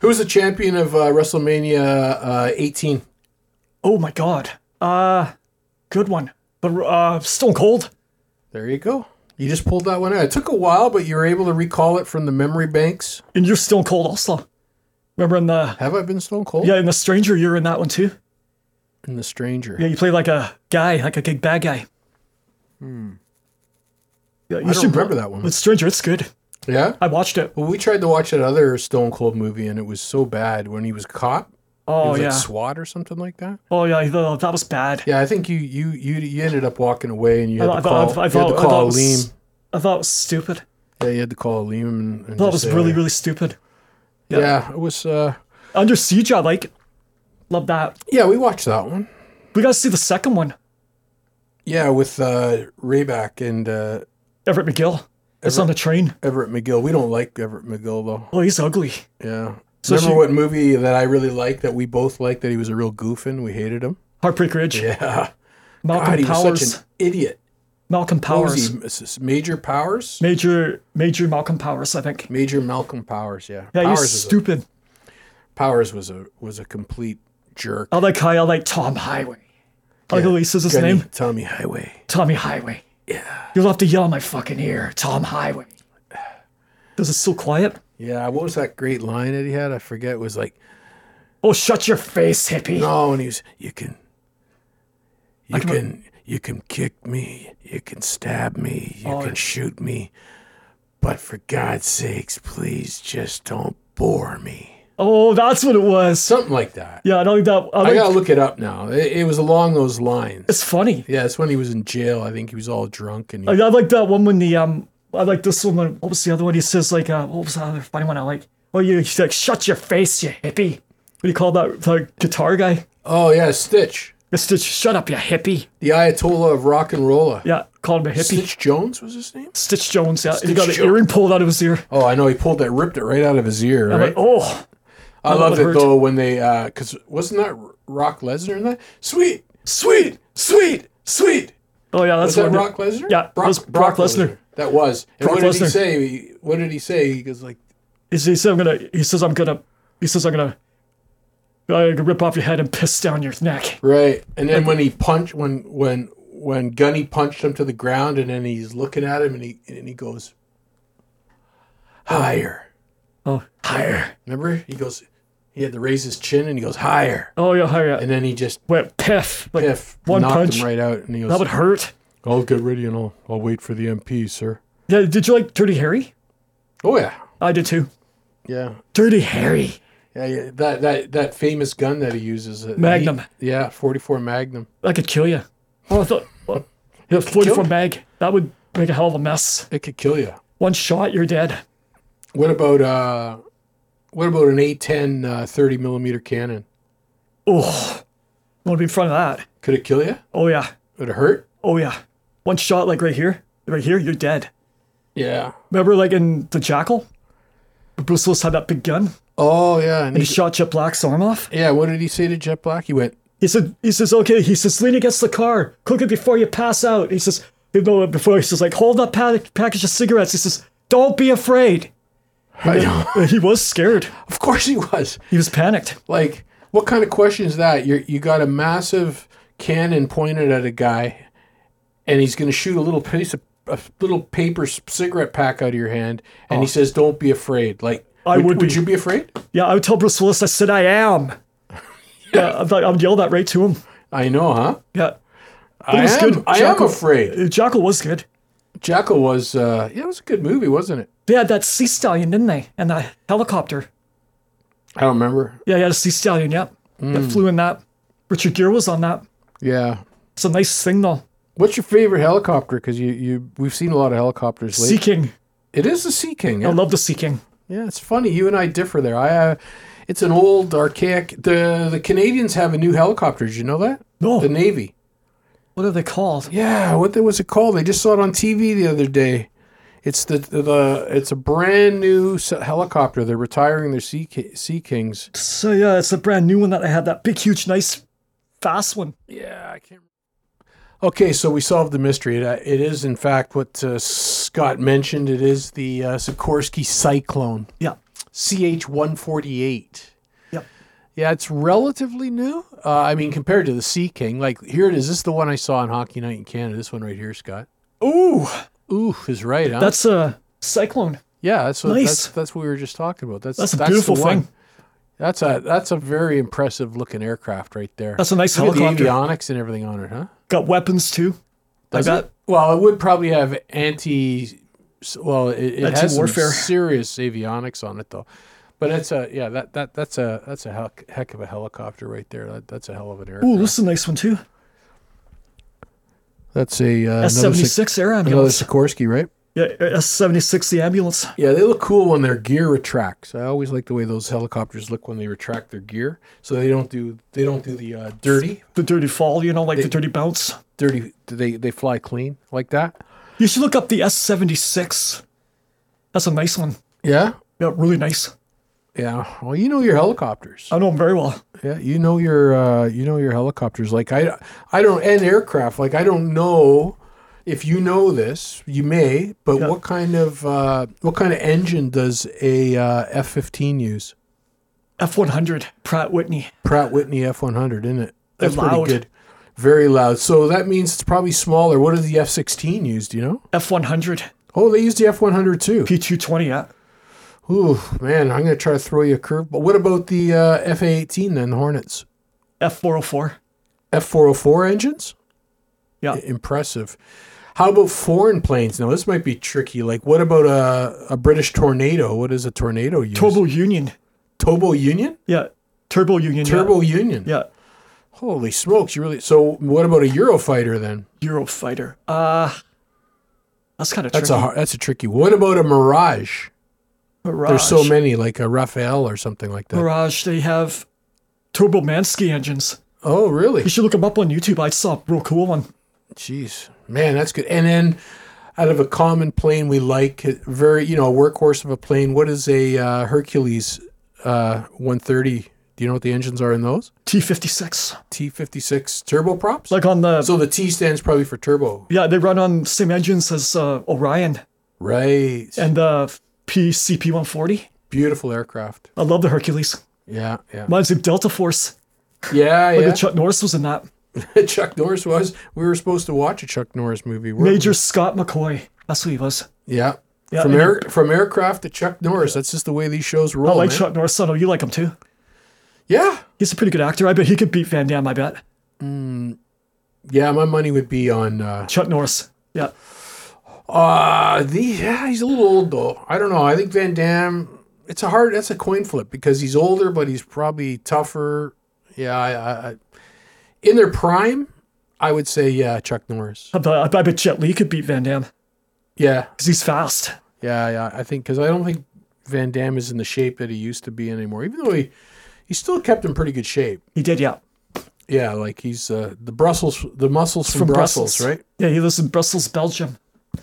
Speaker 3: Who was the champion of uh, WrestleMania uh, 18?
Speaker 2: Oh my God. Uh, good one. But uh, Stone Cold.
Speaker 3: There you go. You just pulled that one out. It took a while, but you were able to recall it from the memory banks.
Speaker 2: And you're Stone Cold also. Remember in the,
Speaker 3: Have I been Stone Cold?
Speaker 2: yeah, in The Stranger, you're in that one too.
Speaker 3: And the Stranger.
Speaker 2: Yeah, you play like a guy, like a big bad guy. Hmm. Yeah, you
Speaker 3: Hmm. I
Speaker 2: should
Speaker 3: don't remember that one.
Speaker 2: It's Stranger. It's good.
Speaker 3: Yeah.
Speaker 2: I watched it.
Speaker 3: Well, we tried to watch that other Stone Cold movie, and it was so bad when he was caught. It
Speaker 2: Oh
Speaker 3: was
Speaker 2: yeah.
Speaker 3: like SWAT or something like that.
Speaker 2: oh yeah. the- That was bad.
Speaker 3: Yeah, I think you you you, you ended up walking away, and you had
Speaker 2: I
Speaker 3: to
Speaker 2: thought- I
Speaker 3: call,
Speaker 2: thought- I
Speaker 3: you had to
Speaker 2: thought- I
Speaker 3: call
Speaker 2: thought it was-
Speaker 3: Aleem.
Speaker 2: I thought it was stupid.
Speaker 3: Yeah, you had to call Aleem. And, and
Speaker 2: I thought
Speaker 3: just uh,
Speaker 2: it was
Speaker 3: say,
Speaker 2: really, really stupid.
Speaker 3: Yeah. it was. uh
Speaker 2: Under Siege, I like. it. Love that.
Speaker 3: Yeah, we watched that one.
Speaker 2: We gotta see the second one.
Speaker 3: Yeah, with uh Rayback and uh
Speaker 2: Everett McGill. It's on the train.
Speaker 3: Everett McGill. We don't like Everett McGill though.
Speaker 2: Oh, he's ugly.
Speaker 3: Yeah.
Speaker 2: So
Speaker 3: Remember
Speaker 2: she-
Speaker 3: what movie that I really liked that we both liked that he was a real goof in? We hated him.
Speaker 2: Heartbreak Ridge.
Speaker 3: Yeah.
Speaker 2: Malcolm
Speaker 3: God, he
Speaker 2: Powers.
Speaker 3: was such an idiot.
Speaker 2: Malcolm
Speaker 3: What was
Speaker 2: Powers.
Speaker 3: he? S- s- Major Powers?
Speaker 2: Major, Major Malcolm Powers. I think.
Speaker 3: Major Malcolm Powers, yeah.
Speaker 2: Yeah,
Speaker 3: Powers,
Speaker 2: he's stupid.
Speaker 3: a, Powers was a was a complete jerk.
Speaker 2: I like how I like Tom Highway. I like how he says his
Speaker 3: Gunny,
Speaker 2: name.
Speaker 3: Tommy Highway.
Speaker 2: Tommy Highway. Yeah. You'll have to yell in my fucking ear, Tom Highway. Because it's so quiet.
Speaker 3: Yeah, what was that great line that he had? I forget. It was like,
Speaker 2: Oh, shut your face, hippie.
Speaker 3: no, and he was, you can, you
Speaker 2: can-
Speaker 3: can, you can kick me, you can stab me, you
Speaker 2: Oh,
Speaker 3: can shoot me, but for God's sakes, please just don't bore me.
Speaker 2: Oh, that's what it was.
Speaker 3: Something like that.
Speaker 2: Yeah, I don't think that. I
Speaker 3: I
Speaker 2: think
Speaker 3: gotta look it up now. It, it was along those lines.
Speaker 2: it's funny.
Speaker 3: Yeah, it's when he was in jail. I think he was all drunk and he,
Speaker 2: I, I like that one when the um. I like this one. When, what was the other one? He says like, uh, what was the other funny one? I like. Oh, you he's like, shut your face, you hippie. What do you call that? Like guitar guy.
Speaker 3: oh yeah, Stitch,
Speaker 2: It's just shut up, you hippie.
Speaker 3: the Ayatollah of rock and roller.
Speaker 2: Yeah, called him a hippie.
Speaker 3: Stitch Jones was his name.
Speaker 2: Stitch Jones. Yeah, he got an
Speaker 3: Jones.
Speaker 2: earring pulled out of his ear.
Speaker 3: Oh, I know. He pulled that, ripped it right out of his ear.
Speaker 2: I'm
Speaker 3: right?
Speaker 2: like, oh,
Speaker 3: I loved
Speaker 2: would
Speaker 3: it
Speaker 2: hurt.
Speaker 3: though when they because wasn't that R- Rock Lesnar in that? Sweet, sweet, sweet, sweet.
Speaker 2: oh yeah,
Speaker 3: Was
Speaker 2: that's
Speaker 3: that
Speaker 2: what I did.
Speaker 3: Rock Lesnar?
Speaker 2: Yeah, it
Speaker 3: Brock,
Speaker 2: was Brock Lesnar.
Speaker 3: That was. And
Speaker 2: Brock
Speaker 3: what did he
Speaker 2: Lesnar.
Speaker 3: say? He- What did he say? He goes like,
Speaker 2: He says, he said, I'm gonna. He says I'm gonna. He says I'm gonna. I'm gonna rip off your head and piss down your neck.
Speaker 3: right. And then when he punched, when when when Gunny punched him to the ground, and then he's looking at him, and he and he goes higher.
Speaker 2: Oh, higher.
Speaker 3: Remember? He goes. He had to raise his chin, and he goes higher.
Speaker 2: Oh yeah, higher.
Speaker 3: And then he just
Speaker 2: Went piff. Like
Speaker 3: piff,
Speaker 2: one
Speaker 3: knocked
Speaker 2: punch.
Speaker 3: him right out, and he goes,
Speaker 2: That would hurt.
Speaker 3: "I'll get ready, and I'll I'll wait for the MP, sir."
Speaker 2: Yeah, did you like Dirty Harry?
Speaker 3: Oh yeah,
Speaker 2: I did too.
Speaker 3: yeah,
Speaker 2: Dirty Harry.
Speaker 3: yeah. yeah. That that that famous gun that he uses, uh,
Speaker 2: Magnum.
Speaker 3: he- yeah, forty four Magnum.
Speaker 2: That could kill you. Oh, I thought. Well, yeah, 44 mag. That would make a hell of a mess.
Speaker 3: It could kill you.
Speaker 2: One shot, you're dead.
Speaker 3: What about uh, what about an A ten uh, thirty millimeter cannon?
Speaker 2: Oh, want to be in front of that?
Speaker 3: Could it kill you?
Speaker 2: Oh yeah.
Speaker 3: Would it hurt?
Speaker 2: Oh yeah. One shot, like right here, right here, you're dead.
Speaker 3: Yeah.
Speaker 2: Remember, like in the Jackal, Bruce Willis had that big gun.
Speaker 3: Oh yeah. And
Speaker 2: He
Speaker 3: he,
Speaker 2: shot Jet Black's arm off.
Speaker 3: yeah. What did he say to Jet Black? He went,
Speaker 2: He said, he says, okay. He says, lean against the car, cook it before you pass out. He says, you know, before he says, like, hold that pack- package of cigarettes. He says, don't be afraid.
Speaker 3: I know.
Speaker 2: Uh, He was scared.
Speaker 3: of course he was.
Speaker 2: He was panicked.
Speaker 3: Like, what kind of question is that? You you got a massive cannon pointed at a guy, and he's going to shoot a little piece of a little paper c- cigarette pack out of your hand, and he says, "Don't be afraid." Like,
Speaker 2: Oh. I would
Speaker 3: Would
Speaker 2: be.
Speaker 3: you be afraid?
Speaker 2: Yeah, I would tell Bruce Willis. I said, I am. Yeah, I'd, I'd yell that right to him.
Speaker 3: I know, huh?
Speaker 2: Yeah,
Speaker 3: I
Speaker 2: was
Speaker 3: am.
Speaker 2: good.
Speaker 3: I am
Speaker 2: Jackal-
Speaker 3: afraid.
Speaker 2: Uh, Jackal was good.
Speaker 3: Jackal was. Uh, yeah, it was a good movie, wasn't it?
Speaker 2: They had that sea stallion, didn't they? And that helicopter.
Speaker 3: I don't remember.
Speaker 2: Yeah, yeah, the sea stallion. Yep,
Speaker 3: Hmm.
Speaker 2: that flew in that. Richard Gere was on that.
Speaker 3: Yeah.
Speaker 2: It's a nice thing though.
Speaker 3: What's your favorite helicopter? Because you, you we've seen a lot of helicopters
Speaker 2: Sea
Speaker 3: lately.
Speaker 2: King.
Speaker 3: It is the Sea King.
Speaker 2: I
Speaker 3: Yeah.
Speaker 2: love the Sea King.
Speaker 3: Yeah, it's funny. You and I differ there. I, uh, it's an old, archaic. The the Canadians have a new helicopter. Did you know that?
Speaker 2: No,
Speaker 3: The Navy.
Speaker 2: what are they called?
Speaker 3: Yeah, what the, was it called? They just saw it on TV the other day. It's the the it's a brand new s- helicopter. They're retiring their Sea Ki- Sea Kings.
Speaker 2: So yeah, it's a brand new one that I had. That big, huge, nice, fast one.
Speaker 3: Yeah, I can't. Okay, so we solved the mystery. It, uh, it is, in fact, what uh, Scott mentioned. It is the uh, Sikorsky Cyclone.
Speaker 2: Yeah,
Speaker 3: CH-148.
Speaker 2: Yep.
Speaker 3: Yeah, it's relatively new. Uh, I mean, compared to the Sea King, like here it is. This is the one I saw on Hockey Night in Canada. This one right here, Scott.
Speaker 2: Ooh,
Speaker 3: Ooh, is right, huh?
Speaker 2: that's a cyclone.
Speaker 3: yeah, that's what,
Speaker 2: nice.
Speaker 3: that's that's what we were just talking about. That's
Speaker 2: That's a
Speaker 3: the
Speaker 2: beautiful
Speaker 3: one.
Speaker 2: thing.
Speaker 3: That's a that's a very impressive looking aircraft right there.
Speaker 2: That's a nice
Speaker 3: Look at the
Speaker 2: helicopter.
Speaker 3: avionics and everything on it, huh?
Speaker 2: Got weapons too.
Speaker 3: Does
Speaker 2: bet.
Speaker 3: it? Well, it would probably have anti. Well, it, it has some
Speaker 2: Anti-warfare.
Speaker 3: serious avionics on it though. But that's a yeah that that that's a that's a heck, heck of a helicopter right there. That, that's a hell of an aircraft.
Speaker 2: Ooh, this is a nice one too.
Speaker 3: That's a uh,
Speaker 2: S
Speaker 3: another,
Speaker 2: seventy
Speaker 3: Sik-
Speaker 2: six air
Speaker 3: another
Speaker 2: ambulance.
Speaker 3: Sikorsky, right?
Speaker 2: Yeah, S seventy six the ambulance.
Speaker 3: Yeah, they look cool when their gear retracts. I always like the way those helicopters look when they retract their gear, so they don't do they don't do the uh, dirty
Speaker 2: The dirty fall, you know, like the dirty bounce.
Speaker 3: dirty. They they fly clean like that.
Speaker 2: You should look up the S seventy six. That's a nice one.
Speaker 3: Yeah,
Speaker 2: Yeah, really nice.
Speaker 3: yeah. Well, you know your helicopters.
Speaker 2: I know him very well.
Speaker 3: Yeah, you know your uh, you know your helicopters. Like I, I don't and aircraft. Like I don't know if you know this. You may, but what kind of uh, what kind of engine does a uh, F fifteen use?
Speaker 2: F one hundred Pratt Whitney.
Speaker 3: Pratt Whitney F one hundred, isn't it? That's
Speaker 2: loud.
Speaker 3: pretty good. Very loud. So that means it's probably smaller. What does the F sixteen use? Do you know?
Speaker 2: F one hundred
Speaker 3: Oh, they use the F one hundred too.
Speaker 2: P two twenty. Yeah.
Speaker 3: Ooh, man, I'm gonna try to throw you a curve. But what about the uh, FA-18 then, the Hornets?
Speaker 2: F404.
Speaker 3: F-404 engines?
Speaker 2: Yeah.
Speaker 3: Impressive. How about foreign planes? Now this might be tricky. Like, what about a, a British tornado? What is a tornado? Use?
Speaker 2: Turbo Union.
Speaker 3: Turbo Union.
Speaker 2: Yeah. Turbo Union. yeah.
Speaker 3: Turbo Union.
Speaker 2: Yeah.
Speaker 3: Holy smokes! You really. So what about a Eurofighter then?
Speaker 2: Eurofighter. Uh, that's kind of tricky.
Speaker 3: That's a a that's a tricky. What about a Mirage?
Speaker 2: Mirage.
Speaker 3: There's so many, like a Raphael or something like that.
Speaker 2: Mirage. They have Turbo Mansky engines.
Speaker 3: Oh, really?
Speaker 2: You should look them up on YouTube. I saw a real cool one.
Speaker 3: Jeez, man, that's good. And then, out of a common plane we like, very you know, a workhorse of a plane. What is a uh, Hercules uh, 130? Do you know what the engines are in those?
Speaker 2: T56.
Speaker 3: T56 turboprops.
Speaker 2: Like on the
Speaker 3: so the T stands probably for turbo,
Speaker 2: yeah, they run on same engines as uh, Orion
Speaker 3: right?
Speaker 2: and uh, the PCP 140.
Speaker 3: Beautiful aircraft.
Speaker 2: I love the Hercules.
Speaker 3: Yeah, yeah,
Speaker 2: Reminds me of Delta Force.
Speaker 3: yeah,
Speaker 2: Look
Speaker 3: yeah.
Speaker 2: at Chuck Norris was in that.
Speaker 3: Chuck Norris was. We were supposed to watch a Chuck Norris movie. weren't we?
Speaker 2: Major Scott McCoy. That's who he was.
Speaker 3: Yeah.
Speaker 2: Yeah,
Speaker 3: from
Speaker 2: and
Speaker 3: air, from aircraft to Chuck Norris. That's just the way these shows roll.
Speaker 2: I like
Speaker 3: man.
Speaker 2: Chuck Norris. I know you like him too.
Speaker 3: Yeah.
Speaker 2: He's a pretty good actor. I bet he could beat Van Damme, I bet.
Speaker 3: Yeah, my money would be on uh
Speaker 2: Chuck Norris. Yeah.
Speaker 3: uh the yeah, he's a little old though. I don't know. I think Van Damme it's a hard that's a coin flip because he's older but he's probably tougher. Yeah, I, I, I in their prime, I would say yeah, Chuck Norris.
Speaker 2: I bet, I bet Jet Li could beat Van Damme
Speaker 3: Yeah.
Speaker 2: because he's fast.
Speaker 3: Yeah, yeah. I think cuz I don't think Van Damme is in the shape that he used to be anymore. Even though he he still kept in pretty good shape.
Speaker 2: He did, yeah.
Speaker 3: Yeah, like he's uh, the Brussels the muscles from, Brussels, right?
Speaker 2: Yeah, he lives in Brussels, Belgium.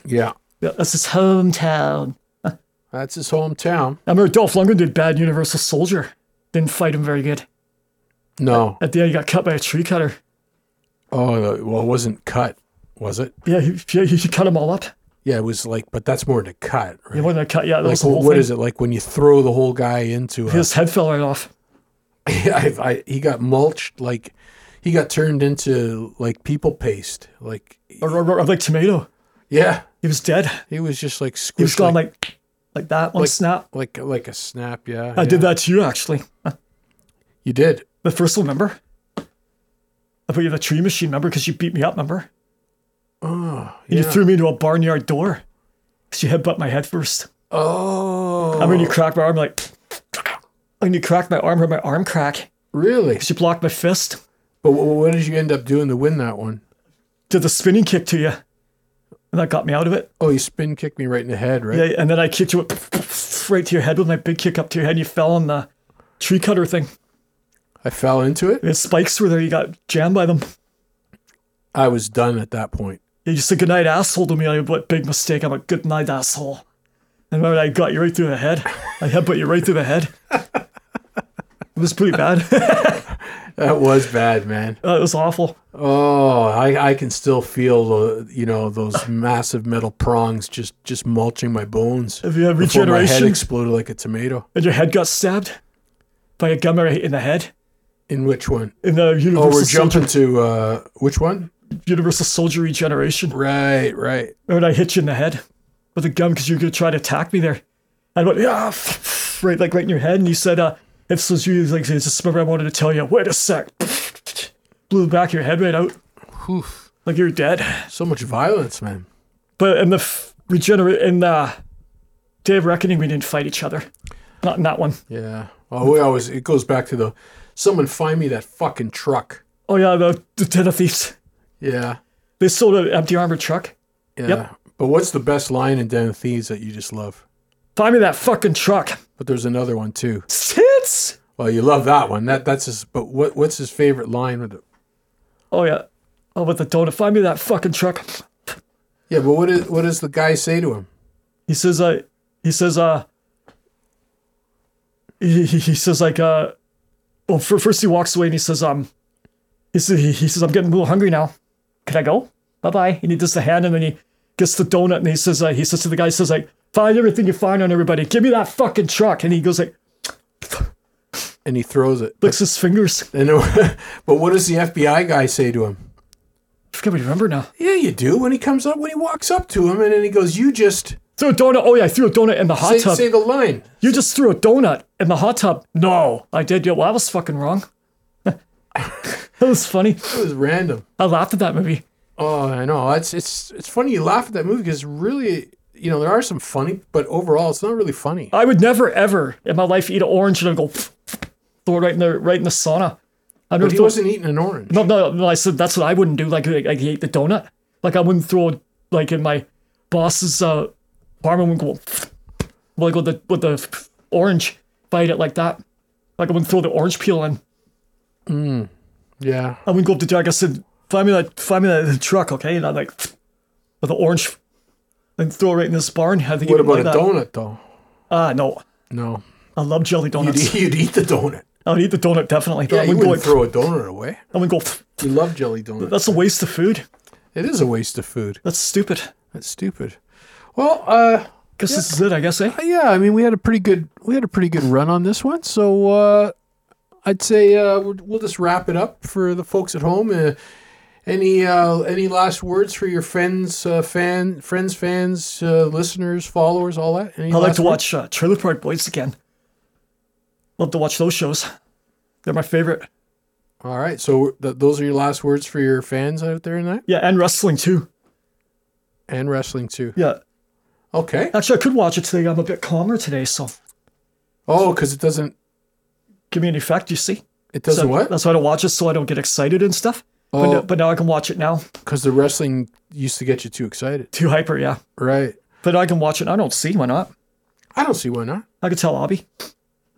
Speaker 3: Yeah.
Speaker 2: Yeah, that's his hometown.
Speaker 3: That's his hometown.
Speaker 2: I remember Dolph Lundgren did bad Universal Soldier. Didn't fight him very good.
Speaker 3: No.
Speaker 2: At the end, he got cut by a tree cutter.
Speaker 3: Oh, no, well, it wasn't cut, was it?
Speaker 2: Yeah, he, yeah, he cut them all up.
Speaker 3: Yeah, it was like, but that's more to cut, right?
Speaker 2: He wasn't a cut. Yeah, that
Speaker 3: like,
Speaker 2: was the whole
Speaker 3: wh- what
Speaker 2: thing.
Speaker 3: is it like when you throw the whole guy into? A,
Speaker 2: His head fell right off.
Speaker 3: I, I, he got mulched, like he got turned into like people paste, like
Speaker 2: Or, or, or like tomato.
Speaker 3: yeah,
Speaker 2: He was dead.
Speaker 3: he was just like squished,
Speaker 2: He was gone
Speaker 3: like,
Speaker 2: like like that one snap.
Speaker 3: like like a snap. Yeah,
Speaker 2: I did that to you actually.
Speaker 3: You did.
Speaker 2: The first one, remember? I put you in the tree machine, remember? Because you beat me up, remember?
Speaker 3: Oh,
Speaker 2: And
Speaker 3: yeah.
Speaker 2: you threw me into a barnyard door. Because you headbutt my head first.
Speaker 3: oh,
Speaker 2: I mean, you cracked my arm like. And you cracked my arm, or my arm crack.
Speaker 3: really?
Speaker 2: She blocked my fist.
Speaker 3: But wh- what did you end up doing to win that one?
Speaker 2: Did the spinning kick to you. And that got me out of it.
Speaker 3: Oh, you spin kicked me right in the head, right?
Speaker 2: Yeah, and then I kicked you right to your head with my big kick up to your head. And you fell on the tree cutter thing.
Speaker 3: I fell into it.
Speaker 2: The spikes were there. You got jammed by them.
Speaker 3: I was done at that point.
Speaker 2: You just said goodnight, asshole to me. I what big mistake. I'm a goodnight, asshole. And remember, I got you right through the head. I headbutt you right through the head. It was pretty bad. uh,
Speaker 3: That was bad, man.
Speaker 2: it was awful.
Speaker 3: Oh, I, I can still feel the you know those massive metal prongs just just mulching my bones.
Speaker 2: If you had
Speaker 3: before my head
Speaker 2: regeneration.
Speaker 3: exploded like a tomato.
Speaker 2: And your head got stabbed by a gun right in the head.
Speaker 3: In which one?
Speaker 2: In the Universal,
Speaker 3: Oh, we're
Speaker 2: Soldier,
Speaker 3: jumping to uh, which one?
Speaker 2: Universal Soldier Regeneration.
Speaker 3: Right, right.
Speaker 2: And I hit you in the head with a gun because you were going to try to attack me there. And I went, yeah, right, like right in your head. And you said, uh, if this was you, like, just remember I wanted to tell you, wait a sec. Blew the back of your head right out.
Speaker 3: Whew.
Speaker 2: Like you're dead.
Speaker 3: So much violence, man.
Speaker 2: But in the f- regenerate in the Day of Reckoning, we didn't fight each other. Not in that one.
Speaker 3: Yeah. Oh, we always it goes back to the someone find me that fucking truck.
Speaker 2: Oh yeah, the, the Ten of Thieves.
Speaker 3: Yeah.
Speaker 2: They sold an empty armored truck.
Speaker 3: Yeah.
Speaker 2: Yep.
Speaker 3: But what's the best line in Den of Thieves that you just love?
Speaker 2: Find me that fucking truck.
Speaker 3: But there's another one too.
Speaker 2: Tits.
Speaker 3: Well, you love that one. That that's his. But what what's his favorite line? With it?
Speaker 2: Oh yeah. Oh, with the donut. Find me that fucking truck.
Speaker 3: Yeah, but what is what does the guy say to him?
Speaker 2: He says. Uh, he says. Uh. He, he he says like uh. Well, fir- first he walks away and he says um. He says he, he says I'm getting a little hungry now. Can I go? Bye bye. And he does the hand and then he gets the donut and he says uh, he says to the guy he says like find everything you find on everybody. Give me that fucking truck. And he goes like
Speaker 3: And he throws it.
Speaker 2: licks his fingers.
Speaker 3: And then- but what does the FBI guy say to him?
Speaker 2: I can't remember now.
Speaker 3: Yeah, you do. When he comes up, when he walks up to him, and then he goes, "You just
Speaker 2: Threw a donut. Oh yeah, I threw a donut in the hot
Speaker 3: Say,
Speaker 2: tub.
Speaker 3: say the line.
Speaker 2: You just threw a donut in the hot tub. No, I did. Yo, well, I was fucking wrong. that was funny.
Speaker 3: It was random.
Speaker 2: I laughed at that movie.
Speaker 3: Oh, I know. It's it's it's funny you laugh at that movie because really, you know, there are some funny, but overall, it's not really funny.
Speaker 2: I would never ever in my life eat an orange and then go throw it right in the right in the sauna. I
Speaker 3: But he wasn't eating an orange.
Speaker 2: No, no, no. I said that's what I wouldn't do. Like, I, I ate the donut. Like, I wouldn't throw like in my boss's uh, apartment. Wouldn't go like with the with the orange. Bite it like that. Like I wouldn't throw the orange peel in.
Speaker 3: Yeah.
Speaker 2: I wouldn't go up to Jack. I said, "Find me that, find me that truck, okay?" And I'm like, with the orange, and throw it right in this barn. I think
Speaker 3: What
Speaker 2: he
Speaker 3: about
Speaker 2: would
Speaker 3: a
Speaker 2: like that.
Speaker 3: donut though?
Speaker 2: Ah, no.
Speaker 3: No.
Speaker 2: I love jelly donuts.
Speaker 3: You'd, you'd eat the donut.
Speaker 2: I would eat the donut definitely. but
Speaker 3: Yeah,
Speaker 2: I
Speaker 3: you
Speaker 2: wouldn't go.
Speaker 3: wouldn't
Speaker 2: Like,
Speaker 3: throw a donut away.
Speaker 2: I wouldn't go.
Speaker 3: You love jelly donuts.
Speaker 2: That's a waste of food.
Speaker 3: It is a waste of food.
Speaker 2: That's stupid.
Speaker 3: That's stupid. Well, uh,
Speaker 2: Guess this is it. I guess, eh?
Speaker 3: yeah, I mean, we had a pretty good we had a pretty good run on this one. So uh, I'd say uh, we'll we'll just wrap it up for the folks at home. Uh, any uh, any last words for your friends, uh, fan friends, fans, uh, listeners, followers, all that? Any
Speaker 2: I like
Speaker 3: last
Speaker 2: to
Speaker 3: words?
Speaker 2: watch uh, Trailer Park Boys again. Love to watch those shows. They're my favorite.
Speaker 3: All right, so th- those are your last words for your fans out there tonight,
Speaker 2: Yeah, and wrestling too.
Speaker 3: and wrestling too.
Speaker 2: Yeah,
Speaker 3: Okay.
Speaker 2: actually, I could watch it today. I'm a bit calmer today, so
Speaker 3: Oh, because it doesn't
Speaker 2: give me an effect. You see.
Speaker 3: it doesn't
Speaker 2: So uh,
Speaker 3: what?
Speaker 2: That's why I don't watch it, so I don't get excited and stuff. But,
Speaker 3: Oh.
Speaker 2: no- but now I can watch it now.
Speaker 3: Because the wrestling used to get you too excited,
Speaker 2: Too hyper, yeah.
Speaker 3: right?
Speaker 2: But I can watch it. I don't see why not.
Speaker 3: I don't see why not.
Speaker 2: I could tell Abby.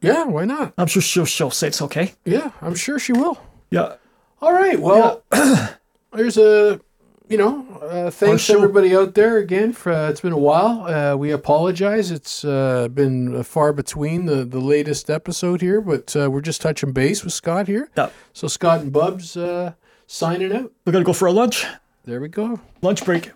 Speaker 3: Yeah, why not?
Speaker 2: I'm sure she'll, she'll say it's okay.
Speaker 3: Yeah, I'm sure she will.
Speaker 2: Yeah.
Speaker 3: All right. Well, there's a, you know, uh, thanks
Speaker 2: show-
Speaker 3: everybody out there again. For, uh, it's been a while. Uh, we apologize. It's uh, been far between the, the latest episode here, but uh, we're just touching base with Scott here.
Speaker 2: yeah.
Speaker 3: So Scott and Bubs uh, signing out.
Speaker 2: We're going to go for a lunch.
Speaker 3: There we go.
Speaker 2: Lunch break.